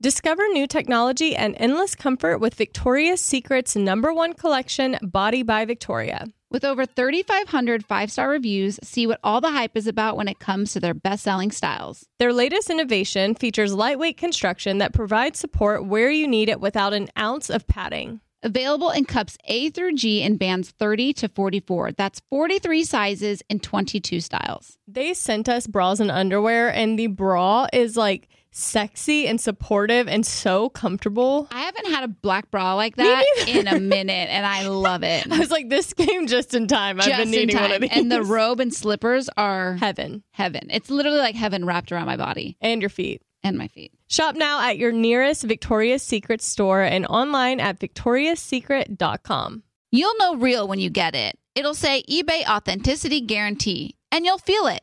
Discover new technology and endless comfort with Victoria's Secret's number one collection, Body by Victoria. With over 3,500 five star reviews, see what all the hype is about when it comes to their best selling styles. Their latest innovation features lightweight construction that provides support where you need it without an ounce of padding. Available in cups A through G in bands 30 to 44. That's 43 sizes and 22 styles. They sent us bras and underwear, and the bra is like sexy and supportive and so comfortable. I haven't had a black bra like that in a minute, and I love it. I was like, this came just in time. I've been Just in needing one time. of these. And the robe and slippers are heaven heaven. It's literally like heaven wrapped around my body and your feet. and my feet. Shop now at your nearest Victoria's Secret store and online at victoriassecret.com. You'll know real when you get it. It'll say eBay Authenticity Guarantee, and you'll feel it.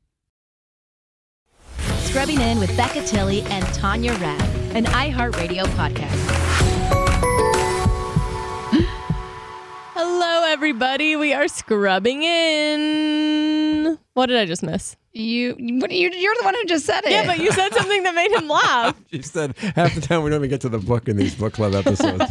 Scrubbing In with Becca Tilly and Tanya Rapp, an iHeartRadio podcast. Hello, everybody. We are scrubbing in. What did I just miss? You, what, you you're the one who just said it. Yeah, but you said something that made him laugh. She said half the time we don't even get to the book in these book club episodes.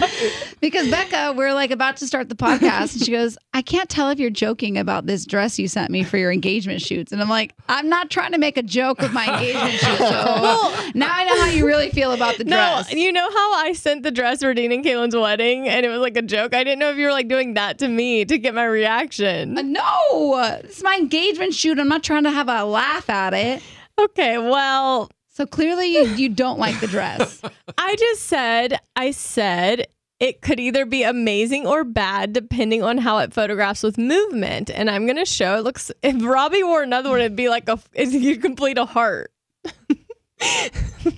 because Becca, we're like about to start the podcast, and she goes, "I can't tell if you're joking about this dress you sent me for your engagement shoots." And I'm like, "I'm not trying to make a joke with my engagement shoot." So now I know how you really feel about the No, dress. you know how I sent the dress for Dean and Caitlin's wedding and it was like a joke? I didn't know if you were like doing that to me to get my reaction. no, this is my engagement shoot. I'm not trying to have a laugh at it. Okay, well, So clearly, you, you don't like the dress. I just said, I said it could either be amazing or bad depending on how it photographs with movement. And I'm going to show it looks, if Robbie wore another one, it'd be like a, it's, you'd complete a heart.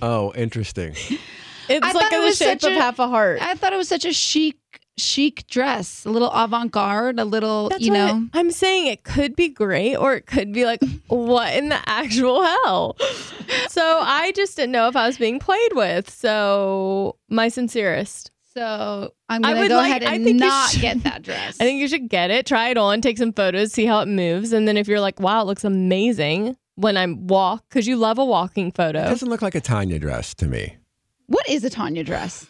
oh, interesting. It's I like thought it the was shape such of a- half a heart. I thought it was such a chic, chic dress, a little avant-garde, a little, you what know. I'm saying it could be great or it could be like, what in the actual hell? So I just didn't know if I was being played with. So my sincerest. So I'm I gonna would go like- ahead I and think you not should- get that dress. I think you should get it, try it on, take some photos, see how it moves. And then if you're like, wow, it looks amazing when I walk, because you love a walking It photo. doesn't look like a Tanya dress to me. What is a Tanya dress?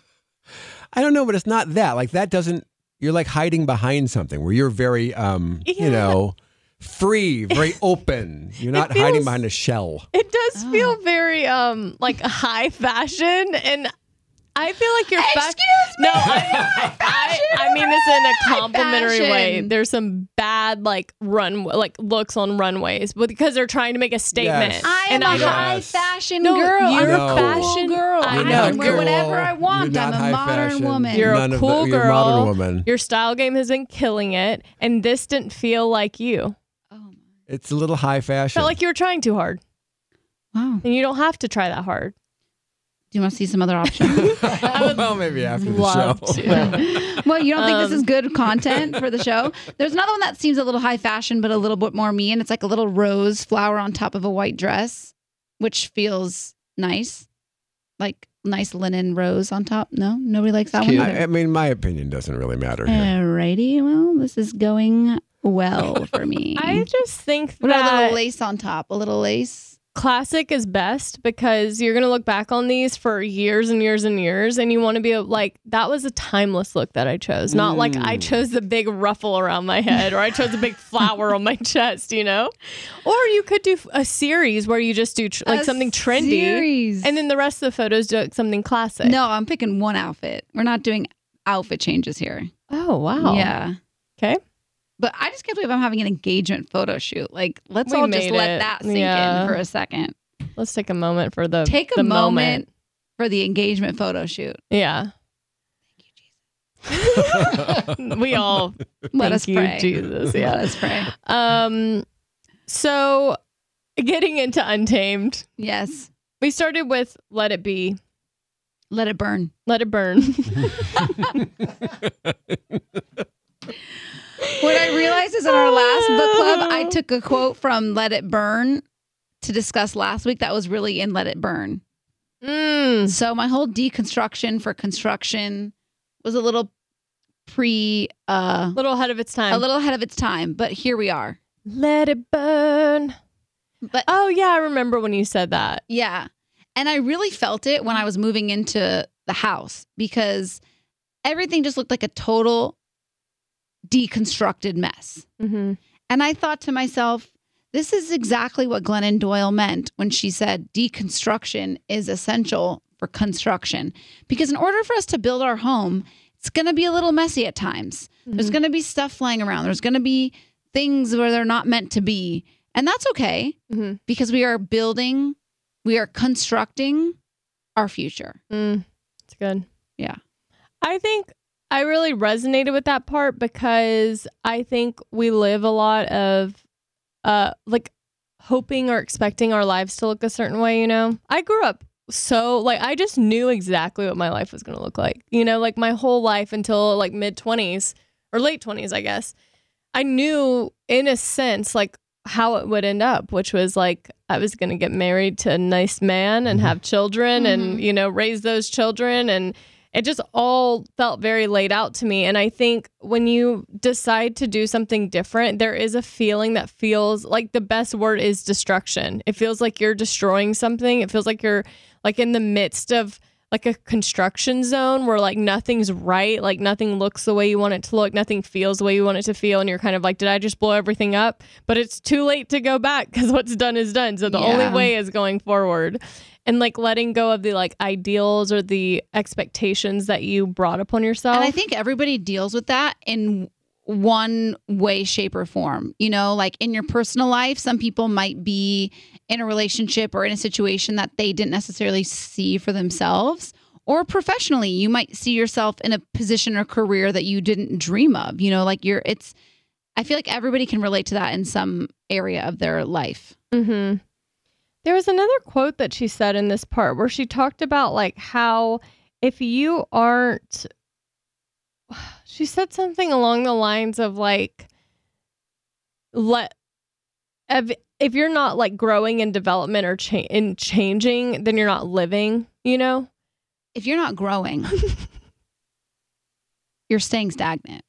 I don't know, but it's not that. Like that doesn't. You're like hiding behind something where you're very, um, Yeah. you know, free, very open. You're not feels- hiding behind a shell. It Oh. does feel very um like high fashion and I feel like your fashion. Excuse No, I, I, I mean this in a complimentary way. fashion. There's some bad like run like looks on runways but because they're trying to make a statement. Yes. I am And a I'm Yes. high fashion No, girl. you're I'm a a fashion- cool girl. I I know. can wear You're whatever I cool. want. You're I'm not a high modern fashion. woman. You're None a of the- cool girl. you're a modern woman. Your style game has been killing it, and this didn't feel like you. oh, It's a little high fashion. Felt like you were trying too hard, wow. Do and you don't have to try that hard. you want to see some other options? well, maybe after the show. Love to. well, you don't think this Um, is good content for the show? There's another one that seems a little high fashion, but a little bit more me, and it's like a little rose flower on top of a white dress, which feels nice, like nice linen rose on top. No, nobody likes that one. either. I, I mean, my opinion doesn't really matter. Mm. Here. Alrighty, well, this is going well for me. I just think Mm-hmm. what about a that little lace on top? A little lace? classic is best because you're going to look back on these for years and years and years and you want to be like that was a timeless look that I chose not like I chose the big ruffle around my head or I chose a big flower on my chest you know or you could do a series where you just do tr- like A something trendy series. and then the rest of the photos do like, something classic No, I'm picking one outfit. We're not doing outfit changes here. oh wow Yeah. okay But I just can't believe I'm having an engagement photo shoot. Like, let's We all just made let it. that sink Yeah. in for a second. let's take a moment for the Take a the moment, for the engagement photo shoot. yeah we all Let thank us you, pray. Jesus Let yeah us pray. Um, so getting into Untamed, Yes. we started with Let It Be, Let it burn. Let It Burn. What I realized is in our last book club, I took a quote from Let It Burn to discuss last week that was really in Let It Burn. mm, So my whole deconstruction for construction was a little pre uh little ahead of its time. a little ahead of its time, but here we are. Let It Burn. But uh, Oh yeah, I remember when you said that. yeah. And I really felt it when I was moving into the house because everything just looked like a total deconstructed mess. Mm-hmm. And I thought to myself, this is exactly what Glennon Doyle meant when she said deconstruction is essential for construction. Because in order for us to build our home, it's going to be a little messy at times. There's going to be stuff flying around, there's going to be things where they're not meant to be. And that's okay Mhm. because we are building, we are constructing our future. Mm, it's good. Yeah. I think I really resonated with that part because I think we live a lot of uh like hoping or expecting our lives to look a certain way, you know. I grew up so like I just knew exactly what my life was going to look like. You know, like my whole life until like mid 20s or late 20s, I guess. I knew in a sense like how it would end up, which was like I was going to get married to a nice man and have children and, you know, raise those children. And it just all felt very laid out to me. And I think when you decide to do something different, there is a feeling that feels like the best word is destruction. It feels like you're destroying something, it feels like you're like in the midst of like a construction zone where like nothing's right, like nothing looks the way you want it to look, nothing feels the way you want it to feel, and you're kind of like, did I just blow everything up? But it's too late to go back because what's done is done. So the only Yeah. way is going forward, and like letting go of the like ideals or the expectations that you brought upon yourself. And I think everybody deals with that in one way, shape, or form. You know, like in your personal life, some people might be in a relationship or in a situation that they didn't necessarily see for themselves. Or professionally, you might see yourself in a position or career that you didn't dream of. You know, like you're, it's, I feel like everybody can relate to that in some area of their life. Mm-hmm. There was another quote that she said in this part where she talked about like how if you aren't, she said something along the lines of like, let if, if you're not like growing in development or cha- in changing, then you're not living. You know? If you're not growing, you're staying stagnant.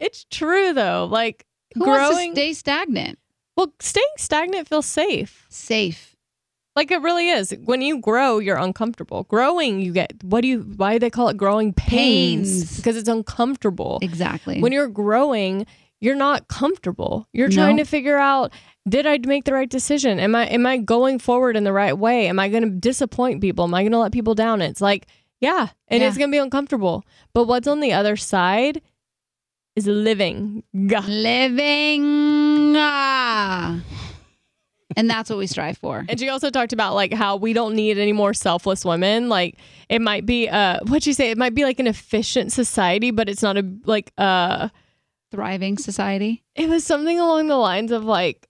It's true though. Like Who wants to growing. stay stagnant? well, staying stagnant feels safe. Safe. Like it really is. When you grow, you're uncomfortable. Growing, you get what do you why do they call it growing pains? Pains. Because it's uncomfortable. Exactly. When you're growing, you're not comfortable. You're No. trying to figure out did I make the right decision? Am I am I going forward in the right way? Am I going to disappoint people? Am I going to let people down? It's like, yeah, and it's Yeah. going to be uncomfortable. But what's on the other side is living. Gah. living ah. and that's what we strive for And she also talked about like how we don't need any more selfless women. Like it might be uh what you say, it might be like an efficient society, but it's not a like uh thriving society it was something along the lines of like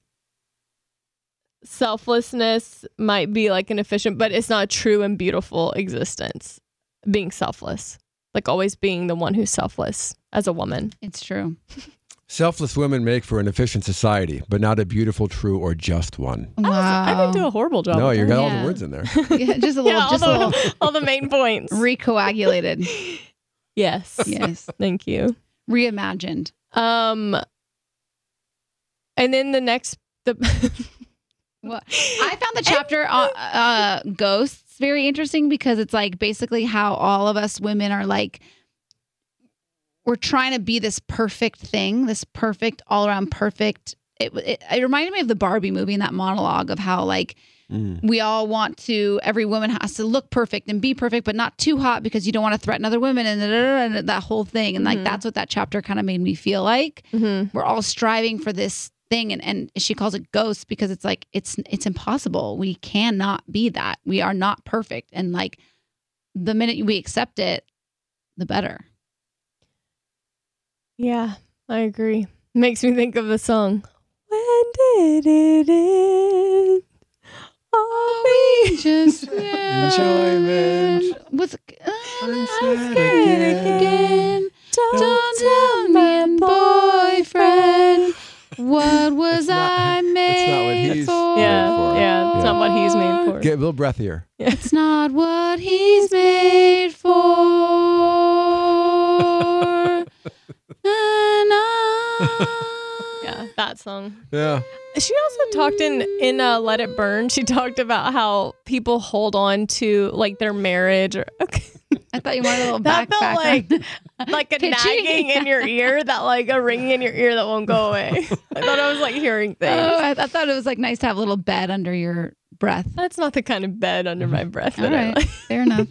selflessness might be like an efficient, but it's not a true and beautiful existence. Being selfless. Like always being the one who's selfless as a woman. it's true Selfless women make for an efficient society, but not a beautiful, true, or just one. I was- I didn't do a Wow. horrible job. No, with you that. got all Yeah. the words in there. Yeah, just a little yeah, all, just a the, little all the main points. recoagulated yes. yes Thank you. reimagined Um, and then the next the Well, I found the chapter on uh, ghosts very interesting because it's like basically how all of us women are like we're trying to be this perfect thing, this perfect all around perfect. It, it, it reminded me of the Barbie movie and that monologue of how like Mm. we all want to every woman has to look perfect and be perfect but not too hot because you don't want to threaten other women and, da, da, da, da, that whole thing and like Mhm. that's what that chapter kind of made me feel like Mhm. we're all striving for this thing and, and she calls it ghosts because it's like it's it's impossible we cannot be that we are not perfect and like the minute we accept it the better Yeah, I agree. Makes me think of the song. When did it end? On me. just Enjoyment. was I'm I'm sad scared again. again Don't, Don't tell me, boyfriend, what was I made he's for? Yeah, for it. yeah, it's not what he's made for. Get a little breathier. It's not what he's made for. Yeah, that song. Yeah. She also talked in in uh, Let It Burn. She talked about how people hold on to like their marriage or okay, I thought you wanted a little That felt back background. like a Pitching. nagging in your ear that like a ringing in your ear that won't go away. I thought I was like hearing things. Oh, I, I thought it was like nice to have a little bed under your breath. That's not the kind of bed Mm-hmm. under my breath All that I right, fair enough.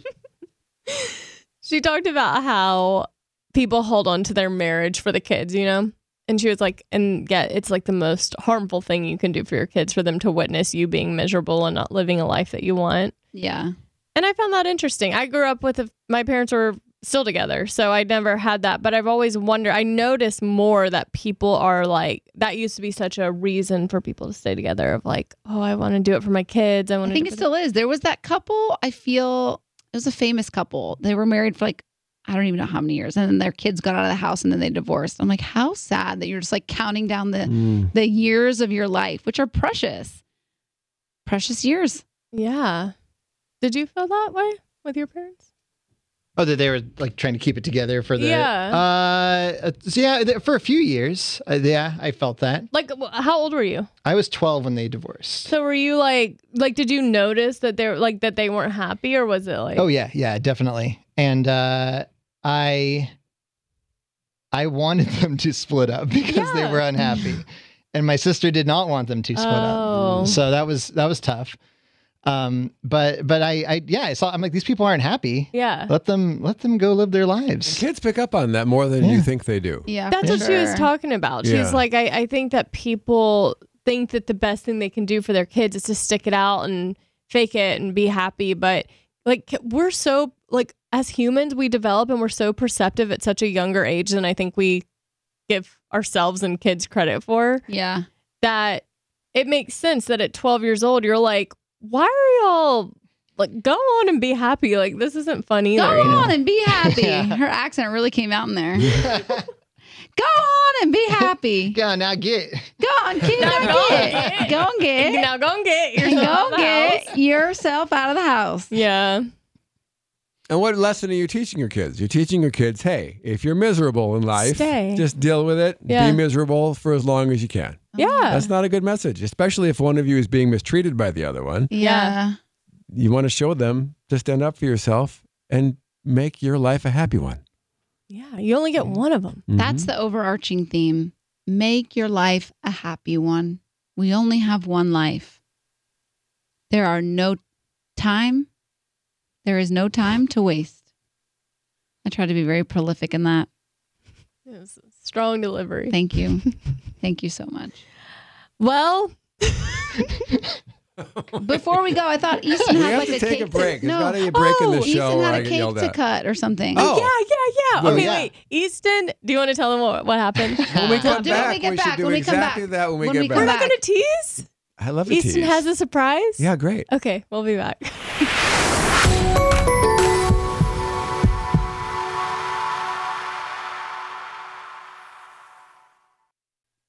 She talked about how people hold on to their marriage for the kids, you know? And she was like, and yeah, it's like the most harmful thing you can do for your kids for them to witness you being miserable and not living a life that you want. Yeah, And I found that interesting. I grew up with a, my parents were still together, so I never had that. But I've always wondered. I notice more that people are like that used to be such a reason for people to stay together. Of like, oh, I want to do it for my kids. I want to. I think do it still is. There was that couple. I feel it was a famous couple. They were married for like I don't even know how many years, and then their kids got out of the house, and then they divorced. I'm like, how sad that you're just like counting down the Mm. the years of your life, which are precious, precious years. Yeah. Did you feel that way with your parents? Oh, that they were like trying to keep it together for the Yeah. Uh, so yeah, th- for a few years, uh, yeah, I felt that. Like, wh- how old were you? I was 12 when they divorced. So were you like, like, did you notice that they're like that they weren't happy, or was it like, Oh yeah, yeah, definitely. And uh, I, I wanted them to split up because Yeah. they were unhappy, and my sister did not want them to split up. Oh. So that was that was tough. Um, but but I, I yeah, I saw. I'm like these people aren't happy. yeah. Let them let them go live their lives. Kids pick up on that more than you Yeah. think they do. Yeah, That's for what she was sure. talking about. She's Yeah. like, I, I think that people think that the best thing they can do for their kids is to stick it out and fake it and be happy. But like, we're so, like, as humans, we develop and we're so perceptive at such a younger age than I think we give ourselves and kids credit for Yeah, that it makes sense that at 12 years old, you're like, why are y'all like, go on and be happy? Like, this isn't funny. go either, you know? on and be happy. Her accent really came out in there. go on and be happy. Yeah, now get. Go on, kid. Go, go and and get. get. Go and get. Now go and get and yourself. out go of the house. get Um, yourself out of the house. Yeah. And what lesson are you teaching your kids? You're teaching your kids, hey, if you're miserable in life, Stay. just deal with it. Yeah. Be miserable for as long as you can. Yeah. That's not a good message, especially if one of you is being mistreated by the other one. Yeah. You want to show them to stand up for yourself and make your life a happy one. Mm-hmm. Yeah, you only get one of them. That's the overarching theme. Make your life a happy one. We only have one life. There are no time. There is no time to waste. I try to be very prolific in that. strong delivery. Thank you. Thank you so much. Well, Before we go, I thought Easton We had have like to a take cake a break. To, There's no, got to be a break in Oh, the show Easton or had I a get cake yelled to at. cut or something. Oh. yeah, yeah, yeah. Well, Okay, yeah. wait. Easton, do you want to tell them what, what happened? When we We'll come do it when back, we get should back, do when we come exactly back. that when we When get we back. come We're not back. going to tease. I love to Easton tease. has a surprise. Yeah, great. Okay, we'll be back.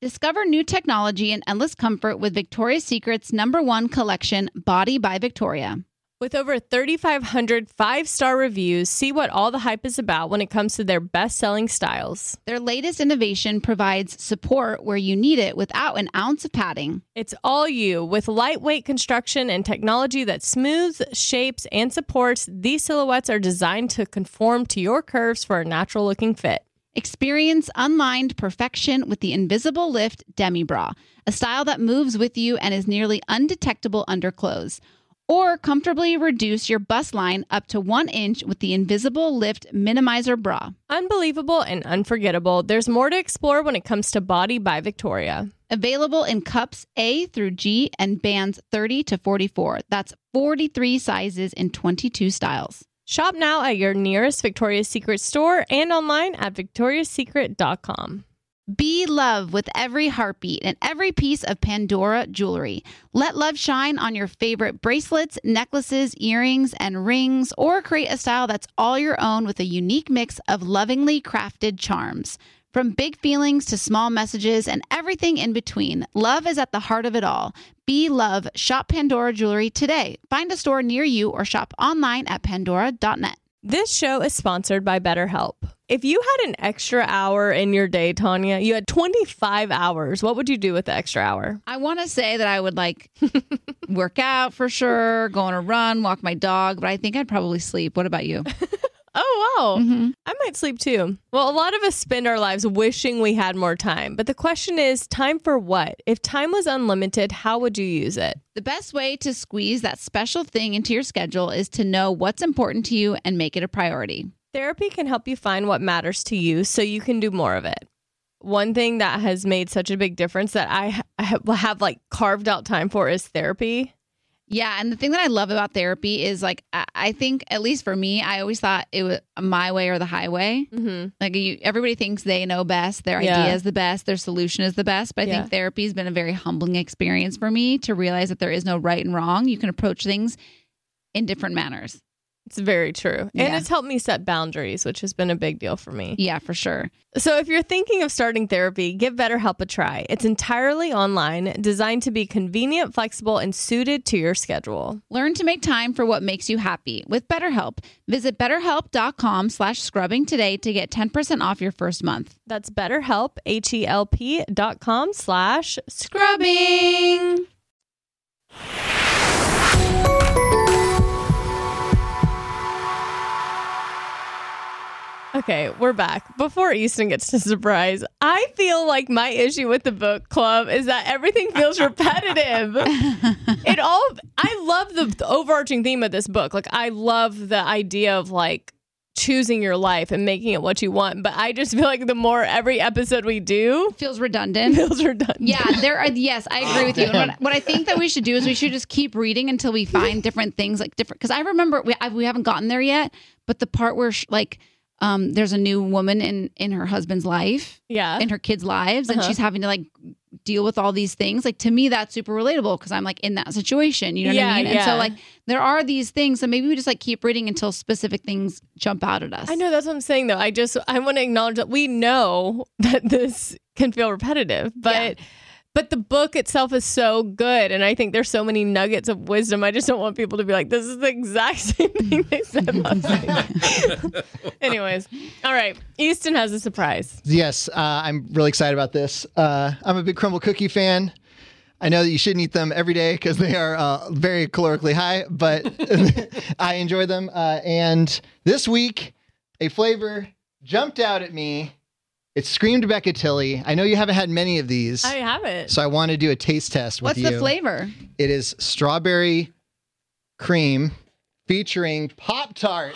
Discover new technology and endless comfort with Victoria's Secret's number one collection, Body by Victoria. With over 3,500 five star reviews, see what all the hype is about when it comes to their best selling styles. Their latest innovation provides support where you need it without an ounce of padding. It's all you with lightweight construction and technology that smooths, shapes, and supports. These silhouettes are designed to conform to your curves for a natural looking fit. Experience unlined perfection with the Invisible Lift Demi Bra, a style that moves with you and is nearly undetectable under clothes. Or comfortably reduce your bust line up to one inch with the Invisible Lift Minimizer Bra. Unbelievable and unforgettable. There's more to explore when it comes to Body by Victoria. Available in cups A through G and bands 30 to 44. That's 43 sizes in 22 styles. Shop now at your nearest Victoria's Secret store and online at victoriassecret.com. Be love with every heartbeat and every piece of Pandora jewelry. Let love shine on your favorite bracelets, necklaces, earrings, and rings, or create a style that's all your own with a unique mix of lovingly crafted charms. From big feelings to small messages and everything in between, love is at the heart of it all. Be love. Shop Pandora jewelry today. Find a store near you or shop online at pandora.net. This show is sponsored by BetterHelp. If you had an extra hour in your day, Tanya, you had 25 hours, what would you do with the extra hour? I want to say that I would like work out for sure, go on a run, walk my dog, but I think I'd probably sleep. What about you? Oh, wow. Mm-hmm. I might sleep too. Well, a lot of us spend our lives wishing we had more time. But the question is time for what? If time was unlimited, how would you use it? The best way to squeeze that special thing into your schedule is to know what's important to you and make it a priority. Therapy can help you find what matters to you so you can do more of it. One thing that has made such a big difference that I ha- I ha- have like carved out time for is therapy. Yeah, and the thing that I love about therapy is like I, I think at least for me, I always thought it was my way or the highway. Mm-hmm. Like you, everybody thinks they know best, their Yeah. idea is the best, their solution is the best. But I Yeah. think therapy has been a very humbling experience for me to realize that there is no right and wrong. You can approach things in different manners. It's very true. And Yeah. it's helped me set boundaries, which has been a big deal for me. Yeah, for sure. So, if you're thinking of starting therapy, give BetterHelp a try. It's entirely online, designed to be convenient, flexible, and suited to your schedule. Learn to make time for what makes you happy with BetterHelp. Visit betterhelp.com slash scrubbing today to get 10% off your first month. That's BetterHelp, H E L P dot com slash scrubbing. Okay, we're back. Before Easton gets to surprise, I feel like my issue with the book club is that everything feels repetitive. it all I love the, the overarching theme of this book. Like I love the idea of like choosing your life and making it what you want, but I just feel like the more every episode we do, Feels redundant. feels redundant. Yeah, there are. Yes, I agree with you. And what, what I think that we should do is we should just keep reading until we find different things, like different. Because I remember we I, we haven't gotten there yet, but the part where sh like um, there's a new woman in in her husband's life, Yeah. in her kids' lives, and Uh-huh. she's having to like deal with all these things. Like to me, that's super relatable because I'm like in that situation. You know what Yeah, I mean? And yeah. so like there are these things, so maybe we just like keep reading until specific things jump out at us. I know that's what I'm saying though. I just I want to acknowledge that we know that this can feel repetitive, but but the book itself is so good and I think there's so many nuggets of wisdom. I just don't want people to be like this is the exact same thing they said last night. Anyways, all right. Easton has a surprise. Yes, uh, I'm really excited about this. Uh, I'm a big crumble cookie fan. I know that you shouldn't eat them every day because they are uh, very calorically high, but I enjoy them. Uh, and this week, a flavor jumped out at me. It screamed Becca Tilly. I know you haven't had many of these, I haven't. so I want to do a taste test with What's you. the flavor? It is strawberry cream featuring Pop Tart.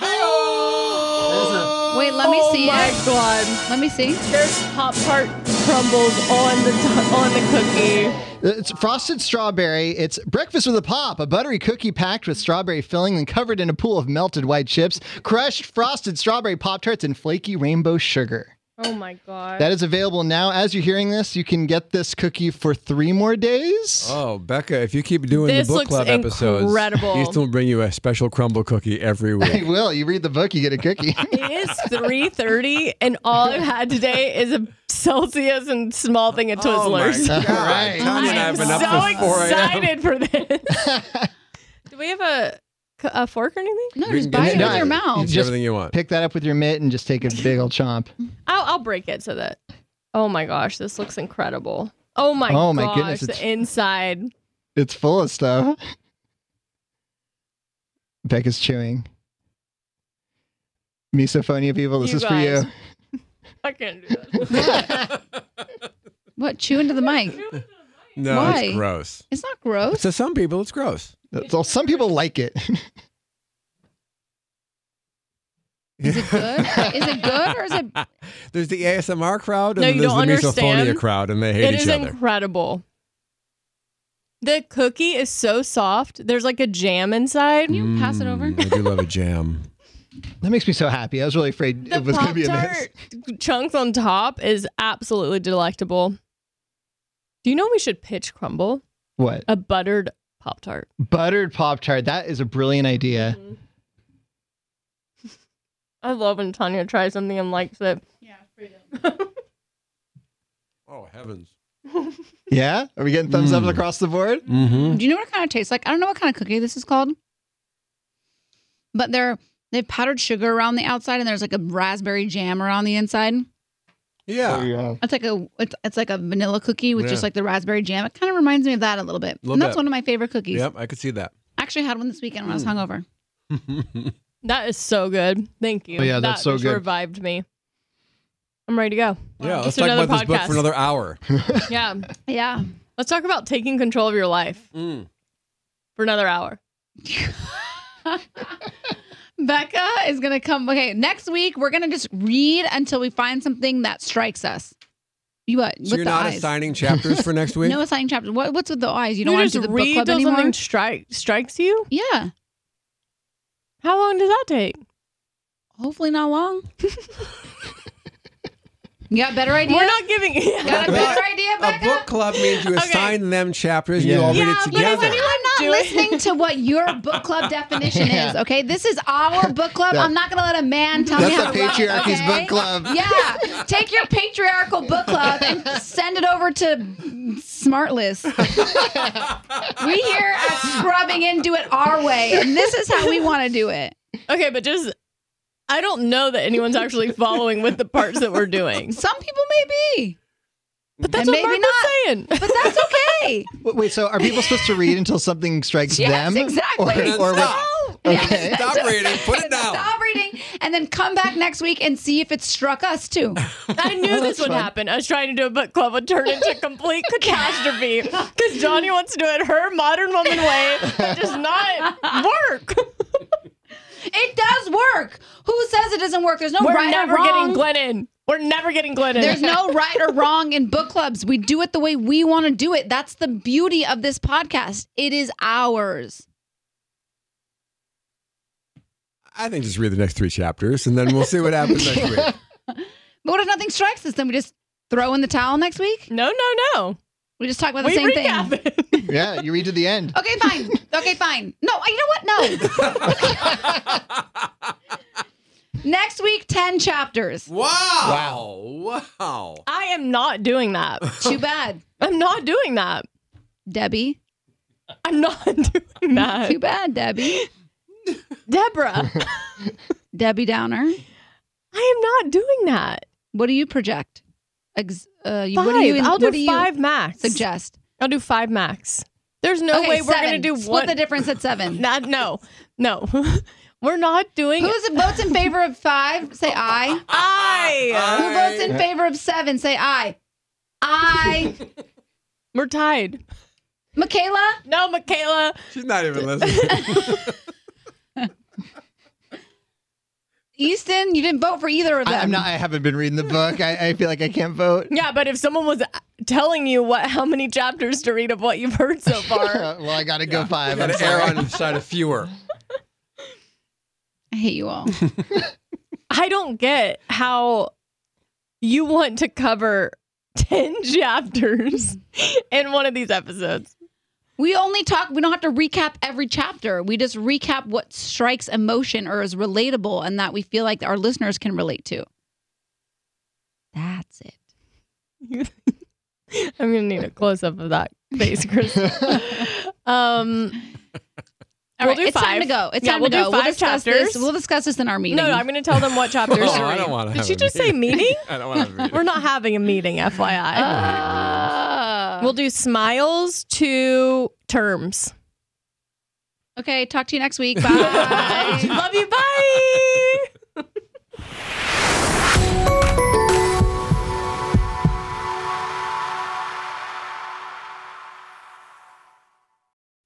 Wait, let me see Oh My it. God, Let me see. there's Pop Tart crumbles on the t- on the cookie. It's frosted strawberry. It's breakfast with a pop, a buttery cookie packed with strawberry filling and covered in a pool of melted white chips, crushed frosted strawberry Pop Tarts, and flaky rainbow sugar. Oh my God. That is available now. As you're hearing this, you can get this cookie for three more days. Oh, Becca, if you keep doing This the book looks club episodes, incredible. Easton will bring you a special crumble cookie every week. You will. You read the book, you get a cookie. It is 3.30 and all I've had today is a Celsius and small thing of Twizzlers. God. All right. Tanya and I I'm have been so up since 4 a.m. excited for this. Do we have a c- a fork or anything? No, You just can buy get it with it. your mouth. It's Just everything you want. Pick that up with your mitt and just take a big old chomp. I'll, I'll break it so that. Oh my gosh, this looks incredible. Oh my. Oh my gosh, goodness, it's- the inside. It's full of stuff. Beck is chewing. Misophonia people, this You is guys. for you. I can't do that. What? Chew into the mic. No, Why? it's gross. It's not gross. To some people, it's gross. So some people like it. Is it good? is it good or is it? There's the ASMR crowd and No, then you there's don't the misophonia understand. crowd, and they hate It each is other. incredible. The cookie is so soft. There's like a jam inside. Can you pass it over? Mm, I do love a jam. That makes me so happy. I was really afraid The it was going to Pop be a mess. Tart chunks on top is absolutely delectable. Do you know we should pitch crumble What? a buttered Pop Tart? Buttered Pop Tart. That is a brilliant idea. I love when Tanya tries something and likes it. Oh heavens! Yeah? Are we getting thumbs ups Mm. across the board? Mm-hmm. Do you know what it kind of tastes like? I don't know what kind of cookie this is called, but they're they've powdered sugar around the outside, and there's like a raspberry jam around the inside. Yeah, There a you go. It's like a it's, it's like a vanilla cookie with Yeah. just like the raspberry jam. It kind of reminds me of that a little bit. Little and that's bit. one of my favorite cookies. yep, Mm. I could see that. I actually had one this weekend when I was hungover. That is so good. Thank you. Oh, yeah, that's That so just good. Revived me. I'm ready to go. Yeah, let's Just talk another about this book podcast. for another hour. Yeah. Yeah. Let's talk about taking control of your life Mm. for another hour. Becca is gonna come. Okay, next week we're gonna just read until we find something that strikes us. You what? So with you're the not eyes. assigning chapters for next week? No assigning chapters. What, what's with the eyes? You don't want just to do the book read club till anymore. something strike strikes you? yeah. How long does that take? Hopefully not long. you got a better idea? We're not giving. got a better idea, a Becca? book club means you assign them chapters and you Yeah. all read Yeah, it but if together. anyone- I'm not Do it. listening to what your book club definition Yeah. is, okay? This is our book club. Yeah. I'm not going to let a man tell me That's how a to write, patriarchy's okay? book club. Yeah, take your patriarchal book club and send it over to Smartlist. we here at Scrubbing In do it our way, and this is how we want to do it. Okay, but just I don't know that anyone's actually following with the parts that we're doing. Some people may be, But that's And what maybe Mark not. was saying. but that's okay. Wait, Wait, so are people supposed to read until something strikes Yes, them? exactly. Then Or, or stop. Okay. Yes. Stop reading. Put it down. Stop reading, and then come back next week and see if it struck us too. I knew this would happen. I was trying to do a book club would turn into complete catastrophe because Johnny wants to do it her modern woman way. It does not work. It does work. Who says it doesn't work? There's no We're right never or wrong. getting Glennon. We're never getting Glennon. There's no right or wrong in book clubs. We do it the way we want to do it. That's the beauty of this podcast. It is ours. I think just read the next three chapters and then we'll see what happens next week. But what if nothing strikes us? Then we just throw in the towel next week? no, no, no. We just talk about the We same recap thing. it. yeah, you read to the end. Okay, fine. Okay, fine. No, you know what? No. next week, 10 chapters. Wow. Wow. I am not doing that. Too bad. I'm not doing that. Debbie. I'm not doing that. Too bad, Debbie. Deborah, Debbie Downer. I am not doing that. What do you project? Ex- uh, you- Five. What do you, I'll what do, you five max. suggest? I'll do five max. There's no Okay, way we're going seven. to do Split one. the difference at seven. Not, no, no. we're not doing Who's votes in favor of five? Say aye. I. Who votes in favor of seven? Say aye. Aye. We're tied. Michaela. No, Michaela. She's not even listening. Easton, you didn't vote for either of them. I, I'm not. I haven't been reading the book. I, I feel like I can't vote. Yeah, but if someone was uh, telling you what how many chapters to read of what you've heard so far, well, I got to go five. I'm Gotta err sorry. on the side of fewer. I hate you all. I don't get how you want to cover 10 chapters in one of these episodes. We only talk, we don't have to recap every chapter. We just recap what strikes emotion or is relatable and that we feel like our listeners can relate to. That's it. I'm going to need a close up of that face, Chris. um All We'll right, do it's time five. to go. It's Yeah, time we'll to do go. five we'll discuss chapters. This. We'll discuss this in our meeting. No, no, I'm going to tell them what chapters. Oh, to I don't read. wanna Did have you a just say meeting? I don't want to read it. We're not having a meeting, FYI. Ah. we'll do smiles to terms. okay, talk to you next week. Bye. Love you. Bye.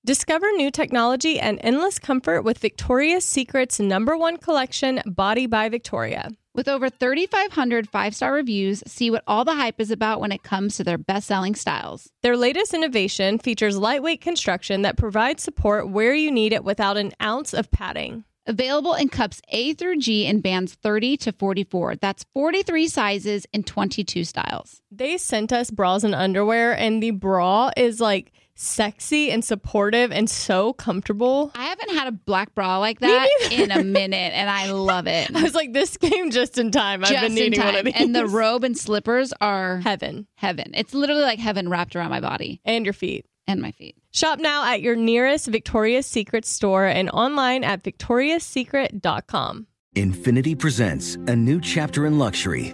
Discover new technology and endless comfort with Victoria's Secret's number one collection, Body by Victoria. With over 3,500 five star reviews, see what all the hype is about when it comes to their best selling styles. Their latest innovation features lightweight construction that provides support where you need it without an ounce of padding. Available in cups A through G in bands 30 to 44. That's 43 sizes in 22 styles. They sent us bras and underwear, and the bra is like sexy and supportive and so comfortable. I haven't had a black bra like that in a minute, and I love it. I was like, this came just in time. I've been needing one of these. And the robe and slippers are heaven heaven. It's literally like heaven wrapped around my body and your feet. and my feet. Shop now at your nearest Victoria's Secret store and online at victoriassecret.com. Infinity presents a new chapter in luxury,